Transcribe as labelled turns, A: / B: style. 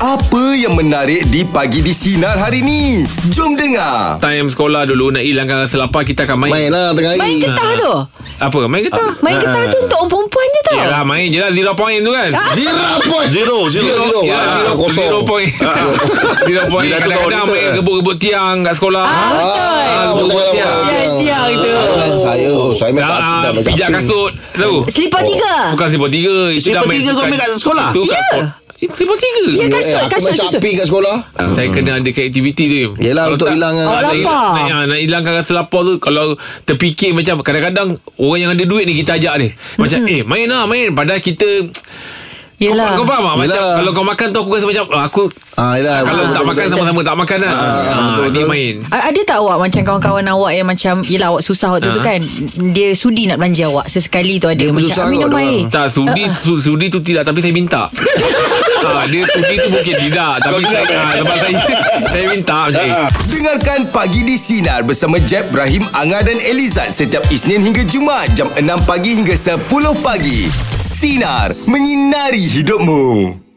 A: Apa yang menarik di pagi di sinar hari ni? Jom dengar.
B: Time sekolah dulu Nak hilangkan rasa lapar Kita akan main,
C: Main lah tengah
D: Main
C: hari
D: getah tu
B: Apa? Main getah
C: Eh,
D: Main getah tu untuk orang perempuan je tau
B: Yalah main je lah Zero point tu kan
C: Zero point
E: Zero, zero.
C: Zero,
B: Ya,
C: Ah,
B: zero,
C: kosong.
B: zero point Zero point
E: Bila tu
B: Kadang-kadang
E: kawan kita.
B: main gebuk-gebuk tiang Kat sekolah
C: Ah,
B: betul.
C: betul.
B: Tiang.
C: Tiang.
D: Tiang tu.
C: Ah, kan Saya oh, Saya main satu
B: Ah,
C: dah main
B: Pijak
C: kaping.
B: kasut Tahu
C: Oh.
D: Selipar tiga
B: Bukan siput tiga Itu
E: Siput
B: dah main
E: tiga kau
B: bukan-
E: ambil kat sekolah?
B: Itu kat yeah. Siput tiga
D: Ya
C: Eh,
D: kasut
C: Aku
D: kasut
C: main
D: kasut
C: caping kat sekolah
B: Saya kena ada aktiviti tu
C: Yelah,
B: Kalau
C: untuk
B: tak-
C: hilangkan
B: Ah,
D: rasa
B: nak
D: lapar.
B: hilang- Nak, nak hilangkan rasa lapar tu Kalau terfikir macam Kadang-kadang Orang yang ada duit ni Kita ajak dia Macam eh main lah main Padahal kita
D: Yelah
B: Kau, kau faham tak Macam
C: Yelah.
B: kalau kau makan tu Aku rasa macam ah, Aku
C: Ah, yelah,
B: Kalau
C: betul,
B: tak
C: betul,
B: makan
C: betul.
B: sama-sama Tak makan lah
C: betul,
B: Ah, Dia
C: betul.
B: main
D: A- Ada tak awak macam kawan-kawan awak yang macam Yelah awak susah waktu tu
B: Ah.
D: kan Dia sudi nak belanja awak Sesekali tu ada Macam
C: susah
D: "Ah, minum
C: kot Ha. dia
D: air
B: tak sudi su, sudi tu tidak tapi saya minta. ha, dia sudi tu mungkin tidak tapi saya ha, lepas saya saya minta macam eh,
A: Dengarkan Pagi di Sinar bersama Jeb, Ibrahim, Anga dan Elizad setiap Isnin hingga Jumaat jam 6 pagi hingga 10 pagi. Sinar, menyinari hidupmu.